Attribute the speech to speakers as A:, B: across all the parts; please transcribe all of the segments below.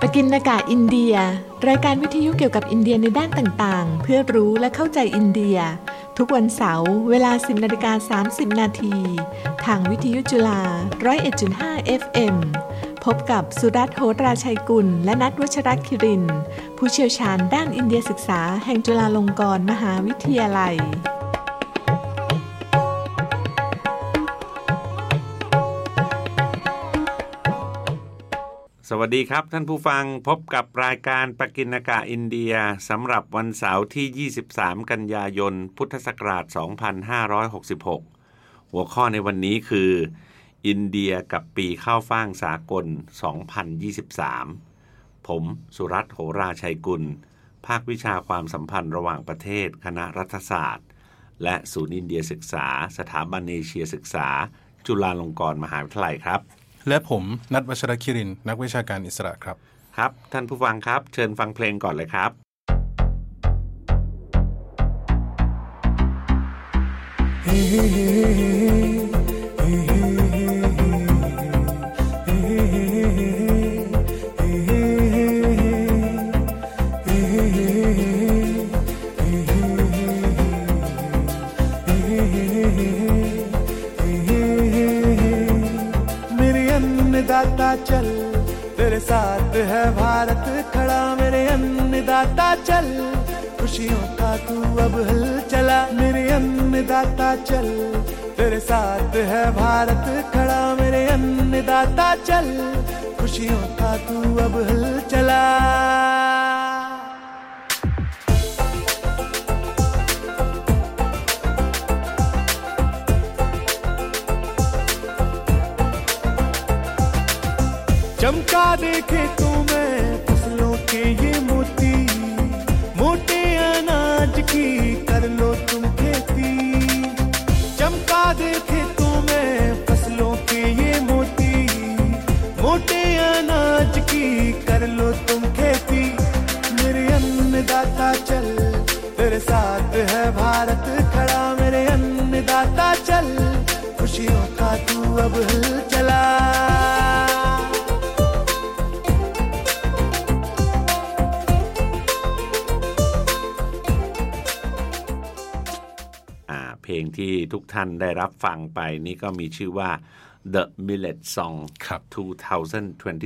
A: ปกินนากาอินเดีย รายการวิทยุเกี่ยวกับอินเดียในด้านต่างๆ เพื่อรู้และเข้าใจอินเดีย ทุกวันเสาร์เวลา 10นาฬิกา30 นาทีทางวิทยุจุฬา 101.5 FM พบกับสุรัตน์โหตราชัยกุล และนัทวัชรคิริน ผู้เชี่ยวชาญด้านอินเดียศึกษาแห่งจุฬาลงกรณ์มหาวิทยาลัย
B: สวัสดีครับท่านผู้ฟังพบกับรายการปกินากาอินเดียสำหรับวันเสาร์ที่ 23 กันยายน พุทธศักราช 2566 หัวข้อในวันนี้คือ อินเดียกับปีข้าวฟ่างสากล 2023 ผมสุรัตน์โหราชัยกุล ภาควิชาความสัมพันธ์ระหว่างประเทศ คณะรัฐศาสตร์ และศูนย์อินเดียศึกษา สถาบันเอเชียศึกษา จุฬาลงกรณ์มหาวิทยาลัยครับ
C: และผมนัทวัชรคิรินทร์นักวิชาการอิสระครับ
B: ครับท่านผู้ฟังครับเชิญฟังเพลงก่อนเลยครับ
D: मेरे अन्नदाता चल तेरे साथ है भारत खड़ा मेरे अन्नदाता चल खुशियों का तू अब हल चला मेरे अन्नदाता चल तेरे साथ है भारत खड़ा मेरे अन्नदाता चल खुशियों का तू अब हल चला चमका देखे तुम्हें फसलों के ये मोती मोटे अनाज की कर लो तुम खेती चमका देखे तुम्हें फसलों के ये मोती मोटे अनाज की कर लो तुम खेती मेरे अन्नदाता चल तेरे साथ है भारत खड़ा मेरे अन्नदाता चल खुशियों का तू अब हल चला
B: อ่าเพลงที่ทุกท่านได้รับฟังไปนี่ก็มีชื่อว่า The Millet Song
C: ครับ ครั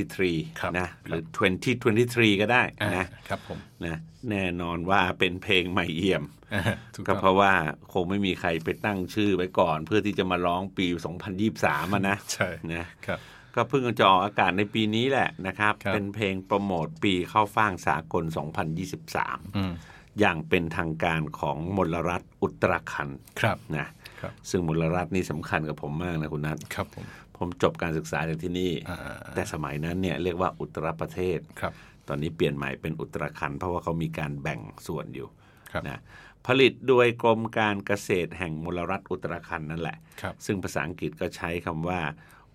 C: บ
B: 2023 นะ หรือ 2023 ก็ได้
C: อ่า
B: นะครับ
C: ผม
B: นะแน่นอนว่าเป็นเพลงใหม่เอี่ยม
C: อ่าถูก
B: ก็
C: ต้อง
B: เพราะว่าคงไม่มีใครไปตั้งชื่อไว้ก่อน เพื่อที่จะมาร้องปี 2023มานะ
C: ใช่
B: นะครับ ก็เพิ่งจะออกอากาศในปีนี้แหละนะครับ
C: ครับ
B: เป็นเพลงโปรโมทปีเข้าฟ่างสากล 2023
C: อืม
B: อย่างเป็นทางการของมลรัฐอุตราคันธ์
C: ครับ
B: นะ
C: ครับ
B: ซึ่งมลรัฐนี่สำคัญกับผมมากนะคุณนัท
C: ครับผม
B: ผมจบการศึกษาจากที่นี่
C: อ่า
B: แต่สมัยนั้นเนี่ยเรียกว่าอุตรประเทศ
C: ครับ
B: ตอนนี้เปลี่ยนใหม่เป็นอุตราคันธ์เพราะว่าเขามีการแบ่งส่วนอยู่
C: ครับ
B: นะผลิตโดยกรมการเกษตรแห่งมลรัฐอุตราคันธ์นั่นแหละ
C: ครับ
B: ซึ่งภาษาอังกฤษก็ใช้คำว่า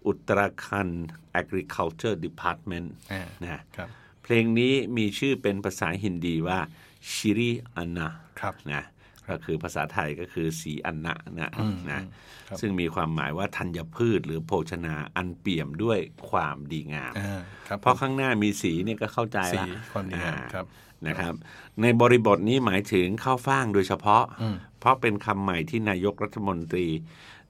B: อุตราคันธ์ agriculture department
C: อ่า
B: นะครับ เพลงนี้มีชื่อเป็นภาษาฮินดีว่าชิริอันนา
C: ครับ
B: นะก็คือภาษาไทยก็คือสีอันนะนะนะครับ ซึ่งมีความหมายว่าธัญพืชหรือโภชนาอันเปี่ยมด้วยความดีงาม
C: อ่าครับ
B: เพราะข้างหน้ามีสีเนี่ยก็เข้าใจ
C: สี
B: ละ
C: ความดีงาม
B: อ่
C: ครับ
B: นะครับ ในบริบทนี้หมายถึงข้าวฟ่างโดยเฉพาะ
C: อืม
B: เพราะเป็นคำใหม่ที่นายกรัฐมนตรี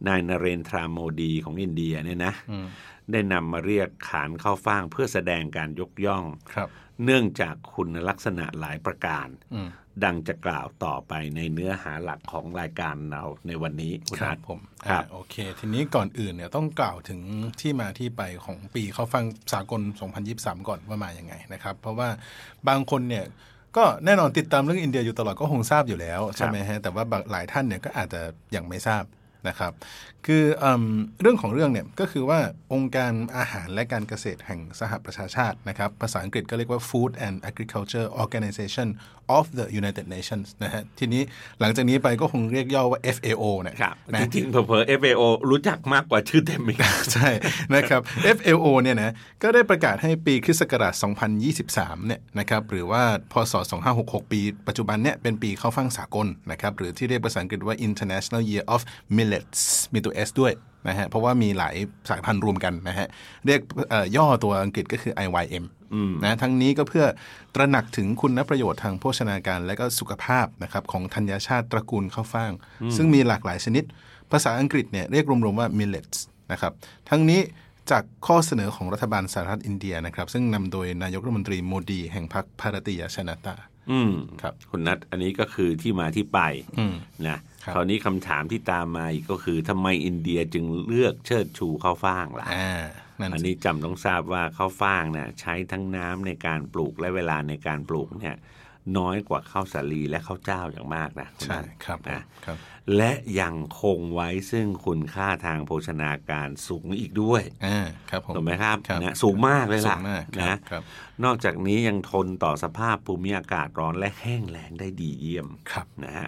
B: นายนเรนทราโมดีของอินเดียเนี่ยนะ
C: อืม
B: ได้นำมาเรียกขานข้าวฟ่างเพื่อแสดงการยกย่อง
C: ครับ
B: เนื่องจากคุณลักษณะหลายประการ
C: อืม
B: ดังจะกล่าวต่อไปในเนื้อหาหลักของรายการเราในวันนี้คุณ
C: ครั
B: อา
C: บ
B: จ
C: ผม
B: ครับ
C: อ่าโอเค ทีนี้ก่อนอื่นเนี่ยต้องกล่าวถึงที่มาที่ไปของปีเข้าฟังสากล 2023 ก่อนว่ามาอย่างไงนะครับ เพราะว่าบางคนเนี่ยก็แน่นอนติดตามเรื่องอินเดียอยู่ตลอดก็คงทราบอยู่แล้วใช่ไหมฮะแต่ว่าบางหลายท่านเนี่ยก็อาจจะยังไม่ทราบนะครับ คือเอมเรื่องของเรื่องเนี่ยก็คือว่าองค์การอาหารและการเกษตรแห่งสหประชาชาตินะครับ ภาษาอังกฤษก็เรียกว่า Food and Agriculture Organization of the United Nations นะฮะทีนี้หลังจากนี้ไปก็คงเรียกย่อว่า FAO เนี่ย
B: ครับ
C: นะ
B: จริงๆเผลอๆ FAO รู้จักมากกว่าชื่อเต็มอีก
C: ใช่นะครับ FLO เนี่ยนะก็ได้ประกาศให้ปีคริสต์ศักราช 2023 เนี่ยนะครับหรือว่าพศ 2566 ปี ปัจจุบันเนี่ยเป็นปีเข้าฟังสากลนะครับหรือที่เรียกภาษาอังกฤษว่า International Year of Millet millets มีตัว S ด้วยนะฮะเพราะว่ามีหลายสายพันธุ์รวมกันนะฮะเรียกเอ่อย่อตัวอังกฤษก็คือ IYM นะทั้งนี้ก็เพื่อตระหนักถึงคุณประโยชน์ทางโภชนาการและก็สุขภาพนะครับของธัญชาติตระกูลข้าวฟ่าง ซึ่งมีหลากหลายชนิด ภาษาอังกฤษเนี่ยเรียกรวมๆว่า millets นะครับทั้งนี้ จากข้อเสนอของรัฐบาลสหรัฐอินเดียนะครับ ซึ่งนำโดยนายกรัฐมนตรีโมดี แห่งพรรคภารติยชนตา
B: อืม
C: ครับ
B: คุณนัทอันนี้ก็คือที่มาที่ไป
C: อืม
B: นะครับ คราวนี้คำถามที่ตามมาอีกก็คือทำไมอินเดียจึงเลือกเชิดชูข้าวฟ่างล่ะ
C: อ่านั่น
B: อัน
C: สิ
B: นี้จำต้องทราบว่าข้าวฟ่างเนี่ยใช้ทั้งน้ำในการปลูกและเวลาในการปลูกเนี่ยน้อยกว่าข้าวสาลีและข้าวเจ้าอย่างมากนะคุณ
C: ใช่
B: นัท
C: ครับผม
B: นะครับ และยังคงไว้ซึ่งคุณค่าทางโภชนาการสูงอีกด้วย
C: อ่าครับผม
B: ถูกไหมครับ
C: ครับ
B: นะสูงมากเลยล่ะ
C: สูงมากครับ
B: นะครับ นอกจากนี้ยังทนต่อสภาพภูมิอากาศร้อนและแห้งแล้งได้ดีเยี่ยม
C: ครับ
B: นะฮะ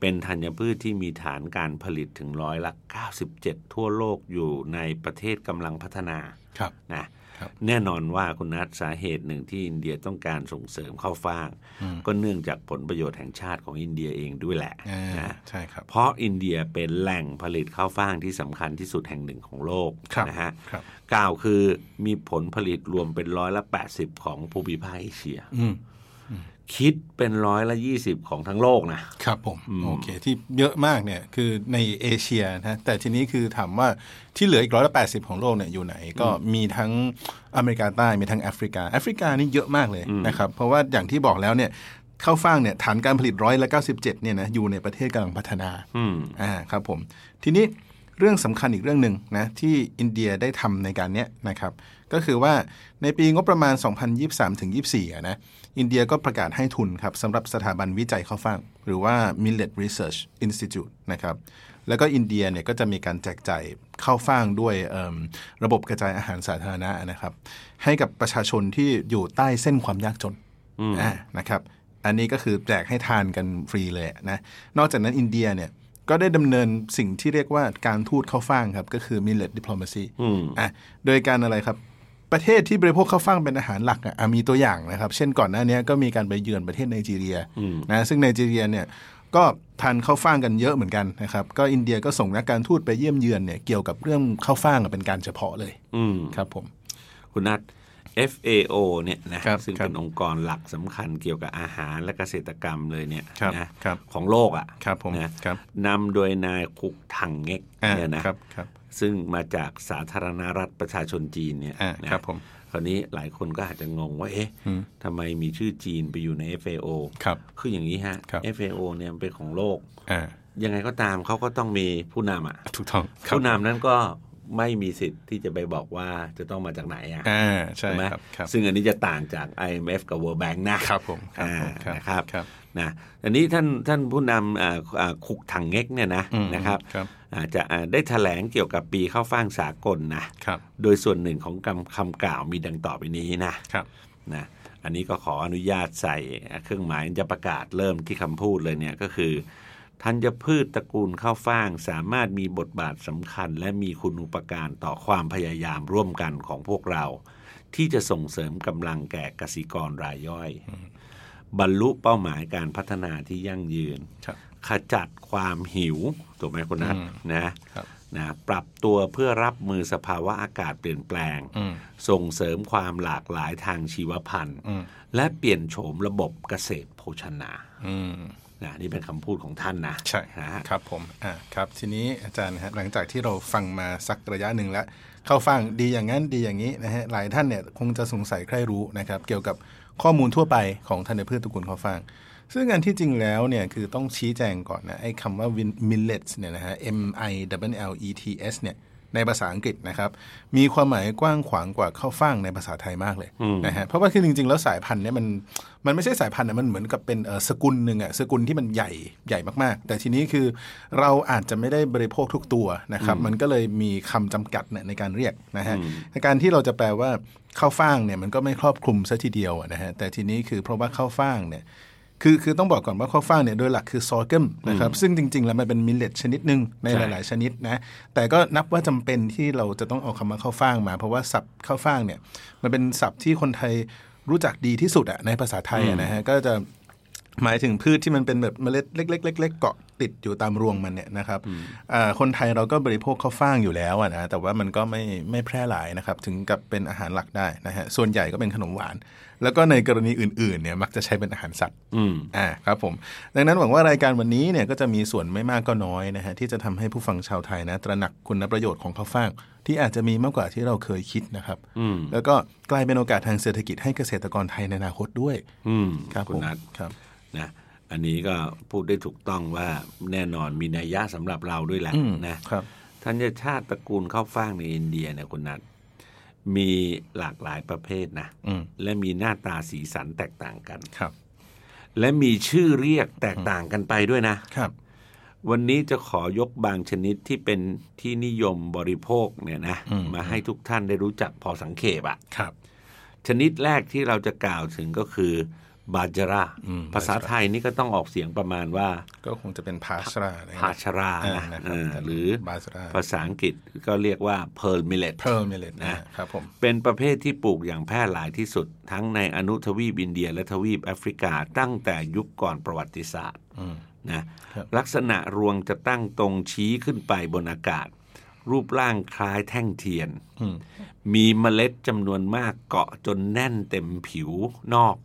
B: เป็นธัญพืชที่มีฐานการผลิตถึงร้อยละ 97 ทั่วโลกอยู่ในประเทศกำลังพัฒนา
C: ครับ
B: นะครับ แน่นอนว่าคุณนัทสาเหตุหนึ่งที่อินเดียต้องการส่งเสริมข้าวฟ่าง
C: อืม
B: ก็เนื่องจากผลประโยชน์แห่งชาติของอินเดียเองด้วยแหละ
C: อ่า
B: นะ
C: ใช่ครับ
B: เพราะอินเดียเป็นแหล่งผลิตข้าวฟ่างที่สำคัญที่สุดแห่งหนึ่งของโลก
C: ครับ
B: นะฮะ
C: ครับ
B: กล่าวคือมีผลผลิตรวมเป็นร้อยละ 80 ของภูมิภาคเอเชีย
C: อืม
B: คิดเป็นร้อยละ 20 ของทั้งโลกนะ
C: ครับผม
B: อืม
C: โอเคที่เยอะมากเนี่ยคือในเอเชียนะแต่ทีนี้คือถามว่าที่เหลืออีกร้อยละแปดสิบของโลกเนี่ยอยู่ไหน ก็มีทั้งอเมริกาใต้มีทั้งแอฟริกาแอฟริกานี่เยอะมากเลยนะครับเพราะว่าอย่างที่บอกแล้วเนี่ยข้าวฟ่างเนี่ยฐานการผลิตร้อยละเก้าสิบเจ็ดเนี่ยนะอยู่ในประเทศกำลังพัฒนา
B: อืม
C: อ่าครับผม ทีนี้เรื่องสำคัญอีกเรื่องหนึ่งนะที่อินเดียได้ทำในการเนี้ยนะครับ ก็คือว่าในปีงบประมาณ 2023ถึง24อะนะอินเดียก็ประกาศให้ทุนครับสำหรับสถาบันวิจัยข้าวฟ่าง หรือว่า Millet Research Institute นะครับ แล้วก็อินเดียเนี่ยก็จะมีการแจกจ่ายข้าวฟ่างด้วยเอิ่มระบบกระจายอาหารสาธารณะนะครับ ให้กับประชาชนที่อยู่ใต้เส้นความยากจน อ่านะครับ อันนี้ก็คือแจกให้ทานกันฟรีเลยนะ นอกจากนั้นอินเดียเนี่ยก็ได้ดำเนินสิ่งที่เรียกว่าการทูตข้าวฟ่างครับ ก็คือ millet diplomacy
B: อืม
C: อ่ะโดยการอะไรครับ ประเทศที่บริโภคข้าวฟ่างเป็นอาหารหลักอ่ะอ่ะมีตัวอย่างนะครับ เช่นก่อนหน้านี้ก็มีการไปเยือนประเทศไนจีเรียนะซึ่งไนจีเรียเนี่ยก็ทานข้าวฟ่างกันเยอะเหมือนกันนะครับ ก็อินเดียก็ส่งนักการทูตไปเยี่ยมเยือนเนี่ยเกี่ยวกับเรื่องข้าวฟ่างอ่ะเป็นการเฉพาะเลย
B: อืม
C: ครับผม
B: คุณนัท FAO เนี่ยนะครับ ซึ่ง
C: ครับ
B: เป็นองค์กรหลักสำคัญเกี่ยวกับอาหารและเกษตรกรรมเลยเนี่ย
C: ครับ
B: นะครับ ของโลกอะ่ะ
C: ครับผม
B: นะครับ นำโดยนายคุกถังเง็ก
C: อ่า
B: เนี่ยนะครับ
C: ครับ
B: ซึ่งมาจากสาธารณรัฐประชาชนจีนเนี่ย
C: อ่า
B: นะครับ
C: ผม
B: คราวนี้หลายคนก็อาจจะงงว่า เอ๊ะทำไมมีชื่อจีนไปอยู่ใน FAO
C: ครับ
B: คืออย่างนี้ฮะ
C: ครับ
B: FAO เนี่ยมันเป็นของโลก
C: อ่า
B: ยังไงก็ตามเขาก็ต้องมีผู้นำอ่ะ
C: ถูกต้องครับ
B: ผู้นำนั้นก็ไม่มีสิทธิ์ที่จะไปบอกว่าจะต้องมาจากไหนอ่ะ
C: อ่าใช่
B: ใช่ไหม
C: ครับครับ
B: ซึ่งอันนี้จะต่างจาก IMF กับ World Bank นะครับ
C: ผมครับ
B: อ่า
C: ผมครับ
B: นะครับ
C: ครับ
B: นะอันนี้ท่านท่านผู้นำอ่าอ่าคุกถังเง็กเนี่ยนะ
C: อืม
B: นะครับ
C: ครับ
B: อาจจะอ่าได้แถลงเกี่ยวกับปีข้าวฟ่างสากลนะครับ โดยส่วนหนึ่งของคำคำกล่าวมีดังต่อไปนี้นะครับ นะอันนี้ก็ขออนุญาตใส่เครื่องหมายจะประกาศเริ่มที่คำพูดเลยเนี่ยก็คือธัญพืชตระกูลข้าวฟ่างสามารถมีบทบาทสำคัญ และมีคุณูปการต่อความพยายามร่วมกันของพวกเรา ที่จะส่งเสริมกำลังแก่กสิกรรายย่อย บรรลุเป้าหมายการพัฒนาที่ยั่งยืน
C: ครับ
B: ขจัดความหิวถูกไหมคุณนัท
C: อืม
B: นะครับ นะปรับตัวเพื่อรับมือสภาวะอากาศเปลี่ยนแปลง
C: อืม
B: ส่งเสริมความหลากหลายทางชีวพันธุ์
C: อืม
B: และเปลี่ยนโฉมระบบเกษตรโภชนา
C: อืม
B: นะนี่เป็นคำพูดของท่านนะ
C: ใช่
B: นะฮะ
C: ครับผมอ่าครับทีนี้อาจารย์ฮะหลังจากที่เราฟังมาสักระยะหนึ่งแล้ว เข้าฟังดีอย่างนั้นดีอย่างนี้นะฮะหลายท่านเนี่ยคงจะสงสัยใครรู้นะครับ เกี่ยวกับข้อมูลทั่วไปของธัญพืชตระกูลข้าวฟ่าง ซึ่งอันที่จริงแล้วเนี่ยคือต้องชี้แจงก่อนนะไอ้คำว่า win- millets เนี่ยนะฮะ M I W L E T S เนี่ยในภาษาอังกฤษนะครับ มีความหมายกว้างขวางกว่าข้าวฟ่างในภาษาไทยมากเลยนะฮะเพราะว่าคือจริง ๆ แล้วสายพันธุ์เนี่ยมันมันไม่ใช่สายพันธุ์นะมันเหมือนกับเป็นเอ่อสกุลหนึ่งอะสกุลที่มันใหญ่ใหญ่มากๆ แต่ทีนี้คือเราอาจจะไม่ได้บริโภคทุกตัวนะครับ มันก็เลยมีคำจำกัดเนี่ยในการเรียกนะฮะการที่เราจะแปลว่าข้าวฟ่างเนี่ยมันก็ไม่ครอบคลุมซะทีเดียวอะนะฮะแต่ทีนี้คือเพราะว่าข้าวฟ่างเนี่ย คือคือต้องบอกก่อนว่าข้าวฟ่างเนี่ยโดยหลักคือซอเกมนะครับซึ่งจริง ๆ แล้วมันเป็นมิลเลตชนิดหนึ่งในหลาย ๆ ชนิดนะแต่ก็นับว่าจำเป็นที่เราจะต้องเอาคำว่าข้าวฟ่างมา เพราะว่าศัพท์ข้าวฟ่างเนี่ยมันเป็นศัพท์ที่คนไทยรู้จักดีที่สุดอะในภาษาไทยอะนะฮะก็จะ หมายถึงพืชที่มันเป็นแบบเมล็ดเล็กๆเล็กๆเกาะติดอยู่ตามรวงมันเนี่ยนะครับอ่าคนไทยเราก็บริโภคข้าวฟ่างอยู่แล้วอะนะแต่ว่ามันก็ไม่ไม่แพร่หลายนะครับ ถึงกับเป็นอาหารหลักได้นะฮะส่วนใหญ่ก็เป็นขนมหวาน แล้วก็ในกรณีอื่นๆเนี่ยมักจะใช้เป็นอาหารสัตว์
B: อืม
C: อ่าครับผมดังนั้นหวังว่ารายการวันนี้เนี่ยก็จะมีส่วนไม่มากก็น้อยนะฮะที่จะทำให้ผู้ฟังชาวไทยนะ ตระหนักคุณประโยชน์ของข้าวฟ่าง ที่อาจจะมีมากกว่าที่เราเคยคิดนะครับ
B: อืม
C: แล้วก็กลายเป็นโอกาสทางเศรษฐกิจให้เกษตรกรไทยในอนาคตด้วย
B: อืม
C: ครับ
B: คุ
C: ผ
B: ณ
C: ม
B: นัท
C: ครับ
B: นะอันนี้ก็พูดได้ถูกต้องว่าแน่นอนมีนัยยะสำหรับเราด้วยแหละ
C: อืม
B: นะครับ ท่านญชาติตระกูลข้าวฟ่างในอินเดียเนี่ยคุณนัทมีหลากหลายประเภทนะ
C: อืม
B: และมีหน้าตาสีสันแตกต่างกัน
C: ครับ
B: และมีชื่อเรียกแตกต่างกันไปด้วยนะ
C: ครับ
B: วันนี้จะขอยกบางชนิดที่เป็นที่นิยมบริโภคเนี่ยนะมาให้ทุกท่านได้รู้จักพอสังเขปอะ
C: ครับ
B: ชนิดแรกที่เราจะกล่าวถึงก็คือบาจารา
C: อืม
B: ภาษาไทยนี่ก็ต้องออกเสียงประมาณว่า
C: ก็คงจะเป็นพาสรา
B: พาชรานะเออหรือบ
C: าสรา
B: ภาษาอังกฤษก็เรียกว่าเพล m มิเลต
C: เพิ่มเมล็ดนะ
B: นะ
C: ครับผม
B: เป็นประเภทที่ปลูกอย่างแพร่หลายที่สุด ทั้งในอนุทวีปอินเดียและทวีปแอฟริกาตั้งแต่ยุคก่อนประวัติศาสตร์
C: อืม
B: นะครับ ลักษณะรวงจะตั้งตรงชี้ขึ้นไปบนอากาศ รูปร่างคล้ายแท่งเทียน
C: อืม
B: มีเมล็ดจำนวนมากเกาะจนแน่นเต็มผิวนอก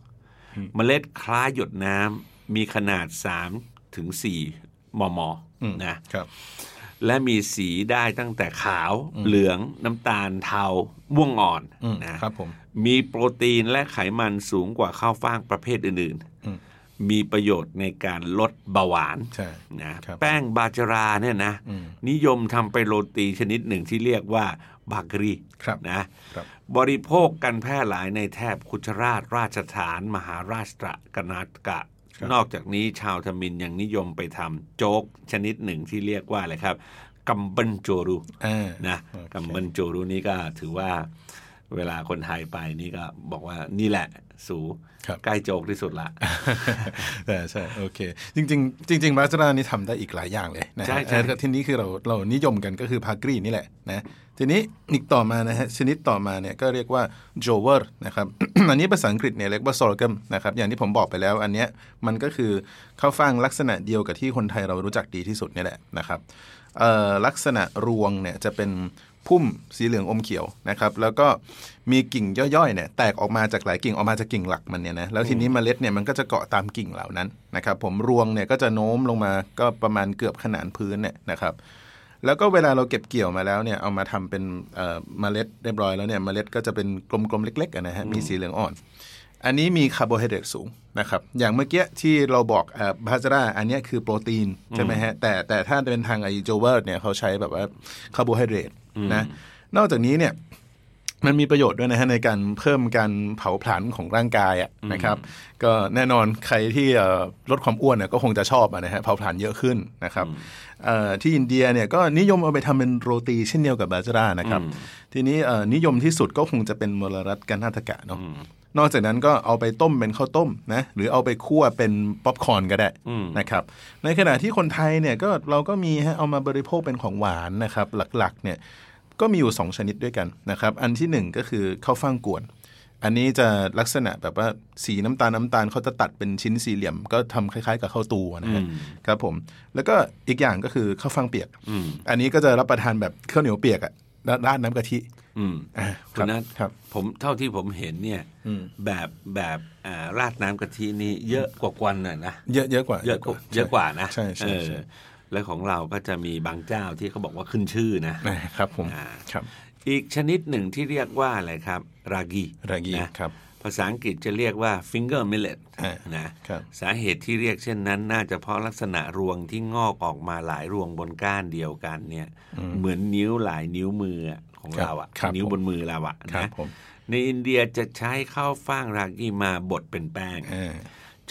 B: เมล็ดคล้ายหยดน้ำมีขนาด3ถึง4มม
C: อืม
B: นะ
C: ครับ
B: และมีสีได้ตั้งแต่ขาว เหลือง น้ำตาลเทา ม่วงอ่อน
C: อืม
B: นะครับ
C: ผม
B: มีโปรตีนและไขมันสูงกว่าข้าวฟ่างประเภทอื่น
C: อืม
B: ๆ มีประโยชน์ในการลดเบาหวาน
C: ใช่
B: นะครับ แป้งบาจาราเนี่ยนะ
C: อืม
B: นิยมทำไปโรตีชนิดหนึ่งที่เรียกว่าบากรี
C: ครับ
B: นะครับ บริโภคกันแพร่หลายในแถบคุชราช ราชฐาน มหาราชตระกนาตกะ
C: ครับ
B: นอกจากนี้ชาวทมินยังนิยมไปทำโจ๊กชนิดหนึ่งที่เรียกว่าอะไรครับกัมบันโจรู
C: อ่า
B: นะ
C: โอเค
B: กัมบันโจรูนี่ก็ถือว่าเวลาคนไทยไปนี่ก็บอกว่านี่แหละสู
C: ครับ
B: ใกล้โจกที่สุดละ
C: ใช่ใช่โอเค จริง ๆ จริงๆบาสรานี่ทำได้อีกหลายอย่างเลยนะฮะ
B: ใช่ใช่
C: เอ่อทีนี้คือเราเรานิยมกันก็คือพากรีนี่แหละนะทีนี้อีกต่อมานะฮะชนิดต่อมาเนี่ยก็เรียกว่าโจเวอร์นะครับ อันนี้ภาษาอังกฤษเนี่ยเรียกว่าซอร์กัมนะครับอย่างที่ผมบอกไปแล้ว อันเนี้ยมันก็คือข้าวฟ่างลักษณะเดียวกับที่คนไทยเรารู้จักดีที่สุดเนี่ยแหละนะครับเอ่อลักษณะรวงเนี่ยจะเป็นพุ่มสีเหลืองอมเขียวนะครับแล้วก็มีกิ่งย่อยๆเนี่ยแตกออกมาจากหลายกิ่งออกมาจากกิ่งหลักมันเนี่ยนะแล้วทีนี้เมล็ดเนี่ยมันก็จะเกาะตามกิ่งเหล่านั้นนะครับผมรวงเนี่ยก็จะโน้มลงมาก็ประมาณเกือบขนานพื้นเนี่ยนะครับ แล้วก็เวลาเราเก็บเกี่ยวมาแล้วเนี่ยเอามาทำเป็นเอ่อเมล็ดเรียบร้อยแล้วเนี่ยเมล็ดก็จะเป็นกลมๆเล็กๆอะนะฮะมีสีเหลืองอ่อน อันนี้มีคาร์โบไฮเดรตสูงนะครับอย่างเมื่อกี้ที่เราบอกพาจาราอันเนี้ยคือโปรตีนใช่ไหมฮะแต่แต่ถ้าเป็นทางไอโจเวอร์เนี่ยเขาใช้แบบว่าคาร์โบไฮเดรตนะนอกจากนี้เนี่ย มันมีประโยชน์ด้วยนะฮะในการเพิ่มการเผาผลาญของร่างกายอะนะครับ ก็แน่นอนใครที่เอ่อลดความอ้วนเนี่ยก็คงจะชอบอะนะฮะเผาผลาญเยอะขึ้นนะครับเอ่อที่อินเดียเนี่ยก็นิยมเอาไปทำเป็นโรตีเช่นเดียวกับบาจารานะครับ ทีนี้เอ่อนิยมที่สุดก็คงจะเป็นมลรัฐกานาตกะเนาะนอกจากนั้นก็เอาไปต้มเป็นข้าวต้มนะหรือเอาไปคั่วเป็นป๊อปคอร์นก็ได้นะครับในขณะที่คนไทยเนี่ยก็เราก็มีฮะเอามาบริโภคเป็นของหวานนะครับหลักๆเนี่ย ก็มีอยู่ 2 ชนิดด้วยกันนะครับ อันที่ 1 ก็คือข้าวฟ่างกวน อันนี้จะลักษณะแบบว่าสีน้ำตาลน้ำตาลเขาจะตัดเป็นชิ้นสี่เหลี่ยม ก็ทำคล้ายๆกับข้าวตูนะฮะครับผม แล้วก็อีกอย่างก็คือข้าวฟ่างเปียก อันนี้ก็จะรับประทานแบบข้าวเหนียวเปียกอะราดราดน้ำกะทิ
B: อืม
C: อ่า
B: คุณนัท
C: ครับ
B: ผมเท่าที่ผมเห็นเนี่ย
C: อืม
B: แบบแบบอ่าราดน้ำกะทินี่เยอะกว่ากวันน่ะนะ
C: เยอะเยอะกว่า
B: เยอะกว่าเยอะกว่านะ
C: ใช่ใช่
B: เออ
C: ใช่
B: และของเราก็จะมีบางเจ้าที่เขาบอกว่าขึ้นชื่อนะ
C: นะครับผม
B: อ่า
C: ครับ
B: อีกชนิดหนึ่งที่เรียกว่าอะไรครับ รากี
C: รากี
B: นะครับ ภาษาอังกฤษจะเรียกว่า finger millet
C: อ่า
B: นะครับ สาเหตุที่เรียกเช่นนั้น น่าจะเพราะลักษณะรวงที่งอกออกมาหลายรวงบนก้านเดียวกันเนี่ย เหมือนนิ้วหลายนิ้วมือของเราอะ
C: ครับ
B: นิ้ว
C: ผม
B: บนมือเราอะ
C: ครับ
B: นะ
C: ผม
B: ในอินเดียจะใช้ข้าวฟ่างรากีมาบดเป็นแป้ง
C: อ่า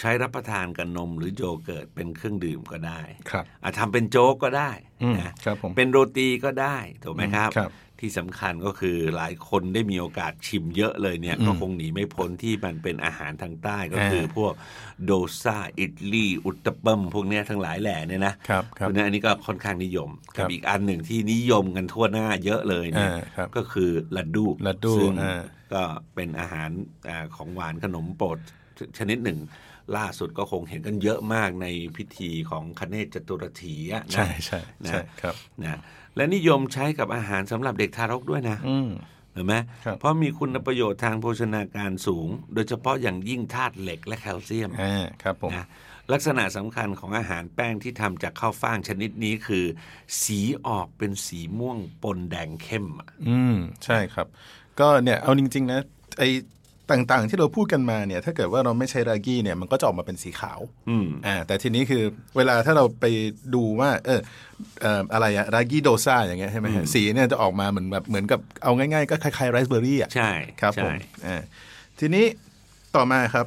B: ใช้รับประทานกับนมหรือโยเกิร์ตเป็นเครื่องดื่มก็ได้
C: ครับ
B: อาจทำเป็นโจ๊กก็ได้
C: อืม
B: นะครับ
C: ผม
B: เป็นโรตีก็ได้ถูกไหมครับ
C: ครับ
B: ที่สำคัญก็คือหลายคนได้มีโอกาสชิมเยอะเลยเนี่ย ก็คงหนีไม่พ้นที่มันเป็นอาหารทางใต้ก็คือ
C: เออ
B: พวกโดซาอิตลีอุตตะปมพวกเนี้ยทั้งหลายแหล่เนี่ยนะครับ
C: ครับ
B: ณอันนี้ก็ค่อนข้างนิยม
C: ครั
B: กับบอีกอันหนึ่งที่นิยมกันทั่วหน้าเยอะเลยเนี่ย
C: เออครับ
B: ก็คือลัดดู
C: ลัดดู
B: ซึ่ง
C: เออ
B: ก็เป็นอาหารอ่าของหวานขนมโปรดชนิดหนึ่ง ล่าสุดก็คงเห็นกันเยอะมากในพิธีของคเนศจตุรถีอะนะ
C: ใช่ใช่ใช่ครับ
B: นะและนิยมใช้กับอาหารสำหรับเด็กทารกด้วยนะ
C: อืม
B: เห็นไหม
C: ครับ
B: เพราะมีคุณประโยชน์ทางโภชนาการสูง โดยเฉพาะอย่างยิ่งธาตุเหล็กและแคลเซียม
C: อ่าครับผม
B: นะลักษณะสำคัญของอาหารแป้งที่ทำจากข้าวฟ่างชนิดนี้คือ สีออกเป็นสีม่วงปนแดงเข้มอะ
C: อืมใช่ครับ ก็เนี่ยเอาจริง ๆ นะไอ้ต่างๆ ที่เราพูดกันมาเนี่ย ถ้าเกิดว่าเราไม่ใช้รากี้เนี่ยมันก็จะออกมาเป็นสีขาว
B: อืม
C: อ่าแต่ทีนี้คือเวลาถ้าเราไปดูว่า เออเอ่ออะไรอะรากี้โดซาอย่างเงี้ยใช่ไหมฮะสีเนี่ยจะออกมาเหมือนแบบเหมือนกับเอาง่ายๆ ก็คล้ายๆไรซ์เบอร์รี่อ่ะ
B: ใช่
C: ครับผ
B: ใช่
C: มอ่าทีนี้ต่อมาครับ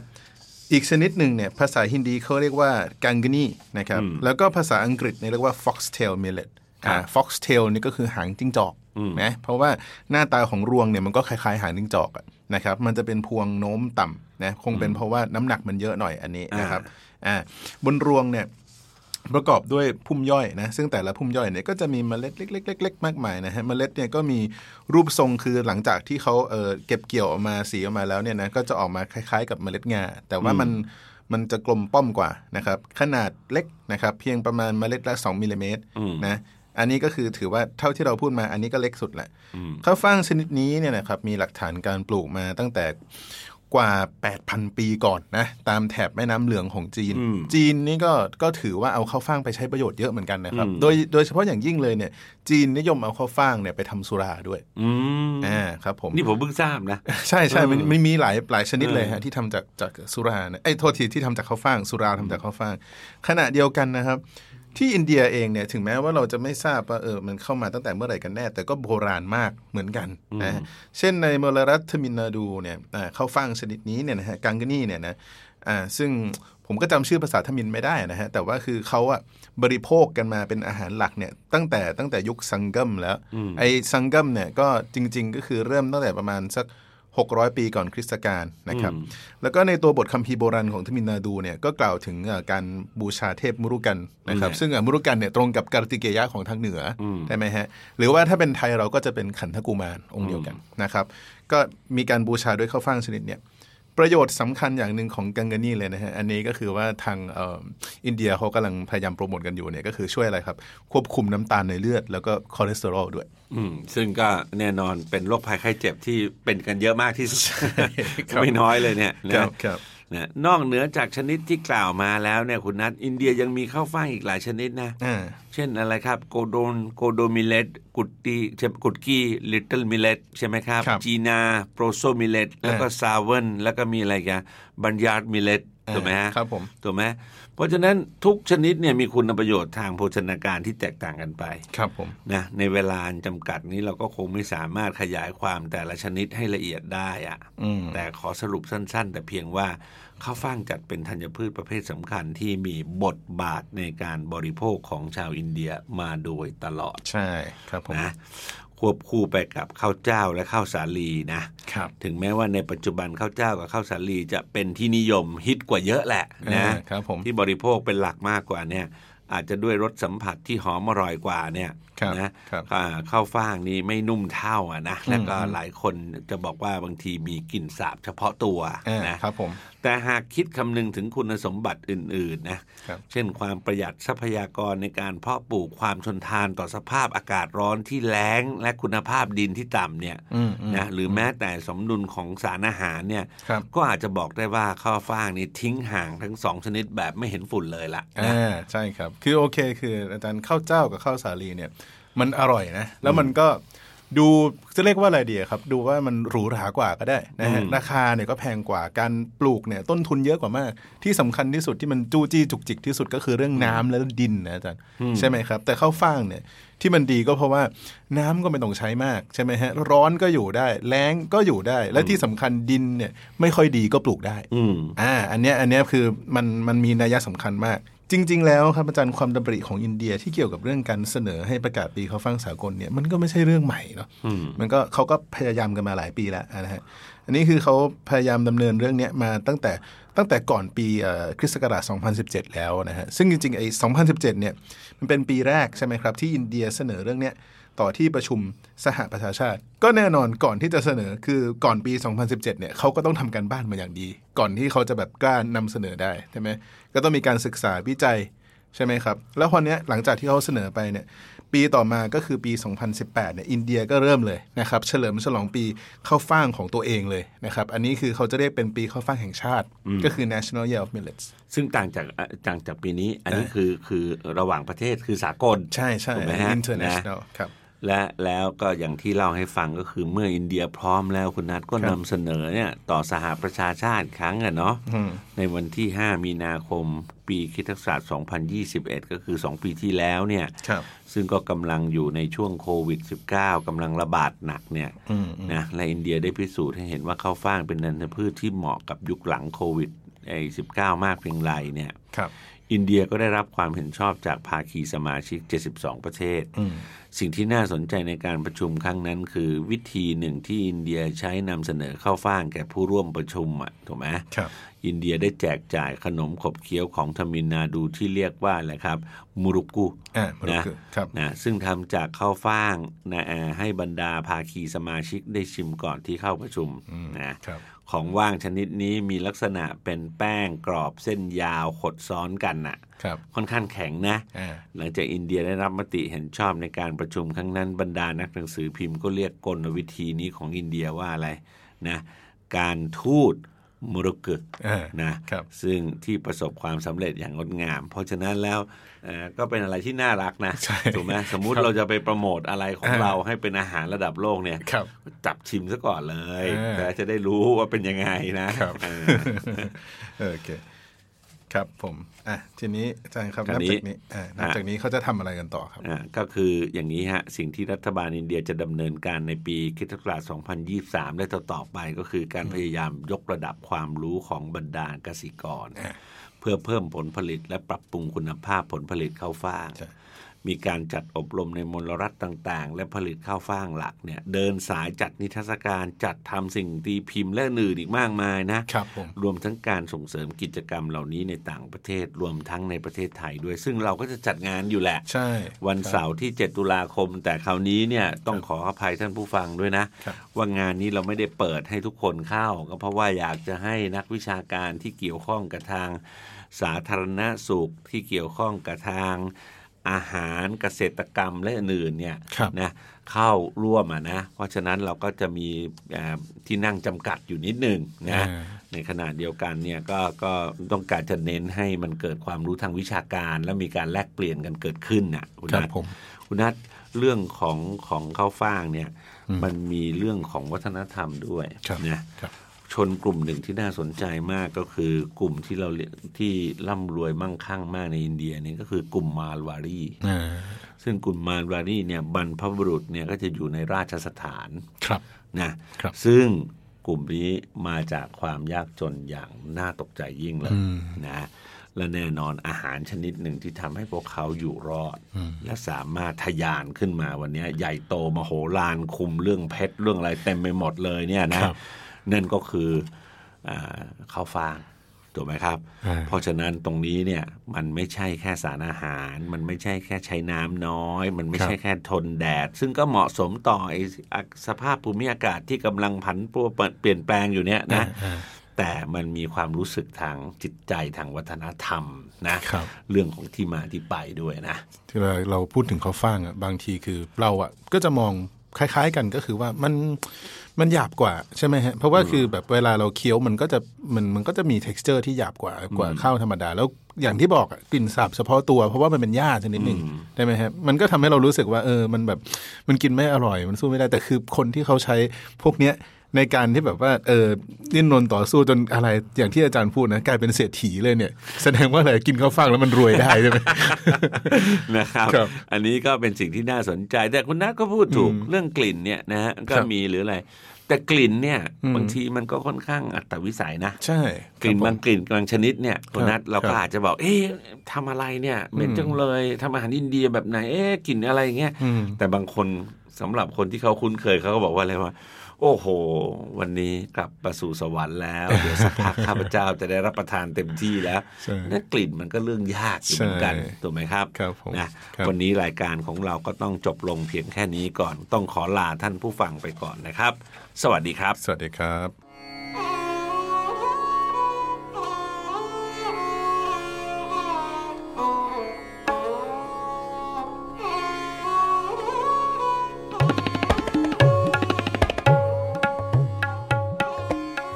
C: อีกชนิดหนึ่งเนี่ยภาษาฮินดีเขาเรียกว่ากังกนีนะครับ แล้วก็ภาษาอังกฤษเนี่ยเรียกว่า foxtail millet อ่า foxtail นี่ก็คือหางจิ้งจอกนะเพราะว่าหน้าตาของรวงเนี่ยมันก็คล้ายๆ หางจิ้งจอกอะนะครับมันจะเป็นพวงโน้มต่ำนะคงเป็นเพราะว่าน้ำหนักมันเยอะหน่อยอันนี้นะครับอ่าบนรวงเนี่ย ประกอบด้วยพุ่มย่อยนะซึ่งแต่ละพุ่มย่อยเนี่ยก็จะมีเมล็ดเล็กๆๆๆมากมายนะฮะเมล็ดเนี่ยก็มีรูปทรงคือหลังจากที่เขาเอ่อเก็บเกี่ยวออกมาสีออกมาแล้วเนี่ยนะก็จะออกมาคล้ายๆ กับเมล็ดงาแต่ว่ามันมันจะกลมป้อมกว่านะครับขนาดเล็กนะครับเพียงประมาณเมล็ดละ 2มิลลิเมตรนะอันนี้ก็คือถือว่าเท่าที่เราพูดมาอันนี้ก็เล็กสุดแหละข้าวฟ่างชนิดนี้เนี่ยนะครับมีหลักฐานการปลูกมาตั้งแต่ กว่า 8,000 ปีก่อนนะ ตามแถบแม่น้ำเหลืองของจีน จีนนี่ก็ก็ถือว่าเอาข้าวฟ่างไปใช้ประโยชน์เยอะเหมือนกันนะครับ โดยโดยเฉพาะอย่างยิ่งเลยเนี่ย จีนนิยมเอาข้าวฟ่างเนี่ยไปทำสุราด้วย
B: อืม
C: อ่าครับผม
B: นี่ผมเพิ่งทราบนะ
C: ใช่ใช่มัน
B: เออ
C: มันมีหลายหลายชนิดเลยฮะที่ทำจากจากสุราเนี่ยไอ้ยโทษทีที่ทำจากข้าวฟ่างสุราทำจากข้าวฟ่าง ขณะเดียวกันนะครับ ที่อินเดียเองเนี่ยถึงแม้ว่าเราจะไม่ทราบว่าเออมันเข้ามาตั้งแต่เมื่อไหร่กันแน่ แต่ก็โบราณมากเหมือนกันนะฮะเช่นในมลรัฐมินนาดูเนี่ยอ่าข้าวฟ่างชนิดนี้เนี่ยนะฮะกังกนีเนี่ยนะอ่าซึ่งผมก็จำชื่อภาษาทมินไม่ได้นะฮะแต่ว่าคือเขาอะบริโภคกันมาเป็นอาหารหลักเนี่ยตั้งแต่ตั้งแต่ยุคซังกัมแล้วไอ้ซังกัมเนี่ยก็จริง ๆ ก็คือเริ่มตั้งแต่ประมาณสัก 600 ปีก่อนคริสตกาลนะครับ แล้วก็ในตัวบทคัมภีร์โบราณของทมินนาดูเนี่ยก็กล่าวถึงเอ่อการบูชาเทพมุรุกันนะครับ ซึ่งเอ่อมุรุกันเนี่ยตรงกับการติเกยะของทางเหนืออใช่ไหมฮะ หรือว่าถ้าเป็นไทยเราก็จะเป็นขันธกุมารองค์เดียวกันนะครับ ก็มีการบูชาด้วยข้าวฟ่างชนิดเนี่ย ประโยชน์สำคัญอย่างหนึ่งของกังกานีเลยนะฮะ อันนี้ก็คือว่าทางเอ่ออินเดียเขากำลังพยายามโปรโมทกันอยู่เนี่ยก็คือช่วยอะไรครับ ควบคุมน้ำตาลในเลือดแล้วก็คอเลสเตอรอลด้วย
B: อืมซึ่งก็แน่นอนเป็นโรคภัยไข้เจ็บที่เป็นกันเยอะมากที่สุด
C: ครับ
B: ไม่น้อยเลยเนี่ยนะครับ
C: ครับ
B: นะนอกเหนือจากชนิดที่กล่าวมาแล้วเนี่ยคุณนัทอินเดียยังมีข้าวฟ่างอีกหลายชนิดนะ
C: อ่า
B: เช่นอะไรครับโกโดนโกโดมิเลตกุดตีกุดกี้ลิตเติ้ลมิเลตใช่ไหมครับ
C: ครับ
B: จีนาโปรโซมิเลตแล้วก็ซาเวนแล้วก็มีอะไรกันบัญญาตมิเลตถูกไหมฮะ
C: ครับผม
B: ถูกไหมเพราะฉะนั้นทุกชนิดเนี่ยมีคุณประโยชน์ทางโภชนาการที่แตกต่างกันไป
C: ครับผม
B: นะในเวลาอันจำกัดนี้เราก็คงไม่สามารถขยายความแต่ละชนิดให้ละเอียดได้อะ
C: อืม
B: แต่ขอสรุปสั้น ๆ แต่เพียงว่าข้าวฟ่างจัดเป็นธัญพืชประเภทสำคัญที่มีบทบาทในการบริโภคของชาวอินเดียมาโดยตลอด
C: ใช่ครับผม
B: นะควบคู่ไปกับข้าวเจ้าและข้าวสาลีนะครับ ถึงแม้ว่าในปัจจุบันข้าวเจ้ากับข้าวสาลีจะเป็นที่นิยมฮิตกว่าเยอะแหละนะ
C: อ่าครับผม
B: ที่บริโภคเป็นหลักมากกว่าเนี่ยอาจจะด้วยรสสัมผัสที่หอมอร่อยกว่าเนี่ย
C: ครับ
B: นะ
C: ครับ
B: อ่าข้าวฟ่างนี่ไม่นุ่มเท่าอ่ะนะแล้วก็หลายคนจะบอกว่าบางทีมีกลิ่นสาบเฉพาะตัว
C: อ่า
B: นะครับ
C: ผม
B: แต่หากคิดคำนึงถึงคุณสมบัติอื่นๆนะครับ เช่นความประหยัดทรัพยากรในการเพาะปลูกความชนทานต่อสภาพอากาศร้อนที่แล้งและคุณภาพดินที่ต่ำเนี่ย
C: อืมอืม
B: นะหรือแม้แต่สมดุลของสารอาหารเนี่ย
C: ครับ
B: ก็อาจจะบอกได้ว่าข้าวฟ่างนี่ทิ้งห่างทั้งสองชนิดแบบไม่เห็นฝุ่นเลยละนะ
C: อ่าใช่ครับ คือโอเค คืออาจารย์ข้าวเจ้ากับข้าวสาลีเนี่ย มันอร่อยนะ แล้วมันก็ดูจะเรียกว่าอะไรดีครับ ดูว่ามันหรูหรากว่าก็ได้นะฮะ
B: อืม
C: ราคาเนี่ยก็แพงกว่าการปลูกเนี่ยต้นทุนเยอะกว่ามาก ที่สำคัญที่สุดที่มันจู้จี้จุกจิกที่สุดก็คือเรื่องน้ำและดินนะอาจารย์ใช่ไหมครับ แต่ข้าวฟ่างเนี่ยที่มันดีก็เพราะว่าน้ำก็ไม่ต้องใช้มากใช่ไหมฮะร้อนก็อยู่ได้แล้งก็อยู่ได้ และที่สำคัญดินเนี่ยไม่ค่อยดีก็ปลูกได้
B: อืม
C: อ่าอันเนี้ยอันเนี้ยคือมันมันมีนัยสำคัญมาก จริง ๆ แล้วครับอาจารย์ความดํริของอินเดียที่เกี่ยวกับเรื่องการเสนอให้ประกาศปีเขาฟังสากลเนี่ยมันก็ไม่ใช่เรื่องใหม่เนาะมันก็เขาก็พยายามกันมาหลายปีแล้วนะฮะ อันนี้คือเขาพยายามดำเนินเรื่องเนี้ยมาตั้งแต่ตั้งแต่ก่อนปีเอ่อคริสต์ศักราช 2017 แล้วนะฮะ ซึ่งจริงๆไอ้2017 เนี่ยมันเป็นปีแรกใช่ไหมครับ ที่อินเดียเสนอเรื่องเนี้ยต่อที่ประชุมสหประชาชาติ ก็แน่นอนก่อนที่จะเสนอคือก่อนปี 2017 เนี่ยเขาก็ต้องทำการบ้านมาอย่างดี ก่อนที่เขาจะแบบกล้านำเสนอได้ใช่ไหมก็ต้องมีการศึกษาวิจัย ใช่ไหมครับ แล้วคนเนี้ยหลังจากที่เขาเสนอไปเนี่ยปีต่อมาก็คือปี 2018 เนี่ยอินเดียก็เริ่มเลยนะครับเฉลิมฉลองปีข้าวฟ่างของตัวเองเลยนะครับอันนี้คือเขาจะเรียกเป็นปีข้าวฟ่างแห่งชาติ ก็คือ National Year of Millets
B: ซึ่งต่างจากต่างจากปีนี้ อันนี้คือคือระหว่างประเทศคือสากล
C: ใช่ใช่
B: ถูกไหมฮะ
C: international
B: นะครับ และแล้วก็อย่างที่เล่าให้ฟังก็คือเมื่ออินเดียพร้อมแล้วคุณนัทก็นำเสนอเนี่ยต่อสหประชาชาติอีกครั้งอะเนาะในวันที่ 5 มีนาคมปีคริสตศักราช2021 ก็คือ 2 ปีที่แล้วเนี่ย
C: ครับ
B: ซึ่งก็กำลังอยู่ในช่วงโควิด -19 กำลังระบาดหนักเนี่ยนะและอินเดียได้พิสูจน์ให้เห็นว่าข้าวฟ่างเป็นนันทพืชที่เหมาะกับยุคหลังโควิดไอ้19 มากเพียงไรเนี่ย
C: ครับ
B: อินเดียก็ได้รับความเห็นชอบจากภาคีสมาชิก 72 ประเทศ สิ่งที่น่าสนใจในการประชุมครั้งนั้น คือวิธีหนึ่งที่อินเดียใช้นำเสนอเข้าฟ่างแก่ผู้ร่วมประชุมอ่ะถูกไหม
C: ครับ
B: อินเดียได้แจกจ่ายขนมขบเคี้ยวของทมินนาดูที่เรียกว่าอะไรครับมูรุกุ
C: อ่ามันก็
B: นะ
C: คือครับ
B: นะซึ่งทำจากข้าวฟ่างนะเอ่อให้บรรดาภาคีสมาชิกได้ชิมก่อนที่เข้าประชุมนะครับ ของว่างชนิดนี้มีลักษณะเป็นแป้งกรอบเส้นยาวขดซ้อนกันน่ะ
C: ครับ
B: ค่อนข้างแข็งนะ
C: อ่า
B: หลังจากอินเดียได้รับมติเห็นชอบในการประชุมครั้งนั้นบรรดานักหนังสือพิมพ์ก็เรียกกลวิธีนี้ของอินเดียว่าอะไรนะการทูตมรกึก
C: เออ
B: นะครับ ซึ่งที่ประสบความสำเร็จอย่างงดงาม เพราะฉะนั้นแล้วเอ่อก็เป็นอะไรที่น่ารักนะถูกไหมสมมุติเราจะไปโปรโมทอะไรของเราให้เป็นอาหารระดับโลกเนี่ย
C: ครับ
B: จับชิมซะก่อนเลย
C: เออ
B: แล้วจะได้รู้ว่าเป็นยังไงนะครับ เออ
C: เออโอเคครับผมอ่ะทีนี้อาจารย์ครับ
B: คราว
C: นับ
B: นี้
C: จากนี้อ่านับ
B: อ่ะ
C: จากนี้เขาจะทำอะไรกันต่อครับ
B: อ่าก็คืออย่างนี้ฮะ สิ่งที่รัฐบาลอินเดียจะดำเนินการในปีคริสตศักราช 2023 และต่อๆไปก็คือการพยายามยกระดับความรู้ของบรรดาเกษตรกร เพื่อเพิ่มผลผลิตและปรับปรุงคุณภาพผลผลิตข้าวฟ่าง
C: ใช่
B: มีการจัดอบรมในมลรัฐต่างๆ และผลิตข้าวฟ่างหลักเนี่ยเดินสายจัดนิทรรศการจัดทำสิ่งตีพิมพ์และอื่นอีกมากมายนะ
C: ครับผม
B: รวมทั้งการส่งเสริมกิจกรรมเหล่านี้ในต่างประเทศรวมทั้งในประเทศไทยด้วย ซึ่งเราก็จะจัดงานอยู่แหละ
C: ใช่
B: วัน
C: ครับ
B: เสาร์ที่ 7 ตุลาคม แต่คราวนี้เนี่ยต้องขออภัยท่านผู้ฟังด้วยนะ
C: ครับ
B: ว่างานนี้เราไม่ได้เปิดให้ทุกคนเข้า ก็เพราะว่าอยากจะให้นักวิชาการที่เกี่ยวข้องกับทางสาธารณสุขที่เกี่ยวข้องกับทางอาหารเกษตรกรรมและอื่นๆเนี่ย
C: ครับ
B: นะเข้าร่วมอ่ะนะ เพราะฉะนั้นเราก็จะมีเอ่อที่นั่งจำกัดอยู่นิดหนึ่งนะ ในขณะเดียวกันเนี่ยก็ก็ต้องการจะเน้นให้มันเกิดความรู้ทางวิชาการ และมีการแลกเปลี่ยนกันเกิดขึ้นน่ะคุณ
C: ครั
B: นั
C: บ
B: ท
C: ผม
B: คุณนัทเรื่องของของข้าวฟ่างเนี่ยมันมีเรื่องของวัฒนธรรมด้วย
C: ครับ
B: นะครับ ชนกลุ่มหนึ่งที่น่าสนใจมากก็คือกลุ่มที่เราเรียกที่ร่ำรวยมั่งคั่งมากในอินเดียเนี่ยก็คือกลุ่มมาลวารี
C: อ่า
B: ซึ่งกลุ่มมาลวารีเนี่ยบรรพบุรุษเนี่ยก็จะอยู่ในราชสถาน
C: ครับ
B: นะครับ ซึ่งกลุ่มนี้มาจากความยากจนอย่างน่าตกใจยิ่งเลยนะและแน่นอนอาหารชนิดหนึ่งที่ทำให้พวกเขาอยู่รอด และสามารถทะยานขึ้นมาวันนี้ใหญ่โตมโหฬารคุมเรื่องเพชรเรื่องอะไรเต็มไปหมดเลยเนี่ยนะครับ นั่นก็คืออาข้าวฟ่างถูกไหมครับ
C: อ่า
B: เพราะฉะนั้นตรงนี้เนี่ยมันไม่ใช่แค่สารอาหาร มันไม่ใช่แค่ใช้น้ำน้อย มันไม่ใช่แค่ทนแดด ซึ่งก็เหมาะสมต่อไอ้อ่ะสภาพภูมิอากาศที่กำลังผันตัวเปลี่ยนแปลงอยู่เนี่ยนะแต่มันมีความรู้สึกทางจิตใจทางวัฒนธรรมนะครับ เรื่องของที่มาที่ไปด้วยนะ
C: ที่เราเราพูดถึงข้าวฟ่างอ่ะบางทีคือเราอ่ะก็จะมองคล้ายๆกันก็คือว่ามันมันหยาบกว่าใช่ไหมฮะเพราะว่าคือแบบเวลาเราเคี้ยวมันก็จะมันมันก็จะมี t e x t อร์ที่หยาบกว่ากว่าข้าวธรรมดา แล้วอย่างที่บอกอะกลิ่นสาบเฉพาะตัว เพราะว่ามันเป็นหญ้าชนิดหนึ่งได้ไหมฮะมันก็ทำให้เรารู้สึกว่าเออมันแบบมันกินไม่อร่อย มันสู้ไม่ได้แต่คือคนที่เขาใช้พวกเนี้ยในการที่แบบว่าเออดิ้นรนต่อสู้จนอะไรอย่างที่อาจารย์พูดนะกลายเป็นเศรษฐีเลยเนี่ย แสดงว่าอะไรกินข้าวฟ่างแล้วมันรวยได้ใช่ไหม
B: นะครับ
C: ครับ
B: อันนี้ก็เป็นสิ่งที่น่าสนใจ แต่คุณนัทก็พูดถูกเรื่องกลิ่นเนี่ยนะฮะก็มีหรืออะไร แต่กลิ่นเนี่ยบางทีมันก็ค่อนข้างอัตวิสัยนะ
C: ใช่
B: กลิ่
C: ครั
B: นา
C: บบ
B: ง
C: ผม
B: กลิ่นบางชนิดเนี่ยคุณนัทเรา
C: ค
B: ก็
C: รับ
B: อาจจะบอก เอ๊ะทำอะไรเนี่ยเหม็นจังเลยทำอาหารอินเดียแบบไหนเอ๊ะกลิ่นอะไรอย่างเงี้ยแต่บางคนสำหรับคนที่เขาคุ้นเคยเขาก็บอกว่าอะไรว่า โอ้โห วันนี้กลับมาสู่สวรรค์แล้ว เดี๋ยวสักพักข้าพเจ้าจะได้รับประทานเต็มที่แล้ว
C: ใช่
B: นั่นกลิ่นมันก็เรื่องยากอยู่เหมือนกัน
C: ใช่
B: ถูกไหมครับ
C: ครับผม
B: นะครับ วันนี้รายการของเราก็ต้องจบลงเพียงแค่นี้ก่อน ต้องขอลาท่านผู้ฟังไปก่อนนะครับ สวัสดีครับ
C: สวัสดีครับ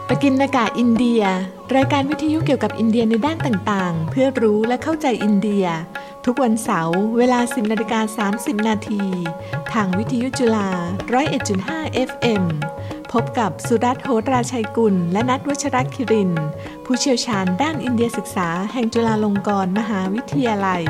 A: ปกินนากาอินเดีย รายการวิทยุเกี่ยวกับอินเดียในด้านต่างๆ เพื่อรู้และเข้าใจอินเดีย ทุกวันเสาร์เวลา 10นาฬิกา30 นาที ทางวิทยุจุฬา 101.5 FM พบกับสุรัตน์โหตราชัยกุล และนัทวัชรคิริน ผู้เชี่ยวชาญด้านอินเดียศึกษาแห่งจุฬาลงกรณ์มหาวิทยาลัย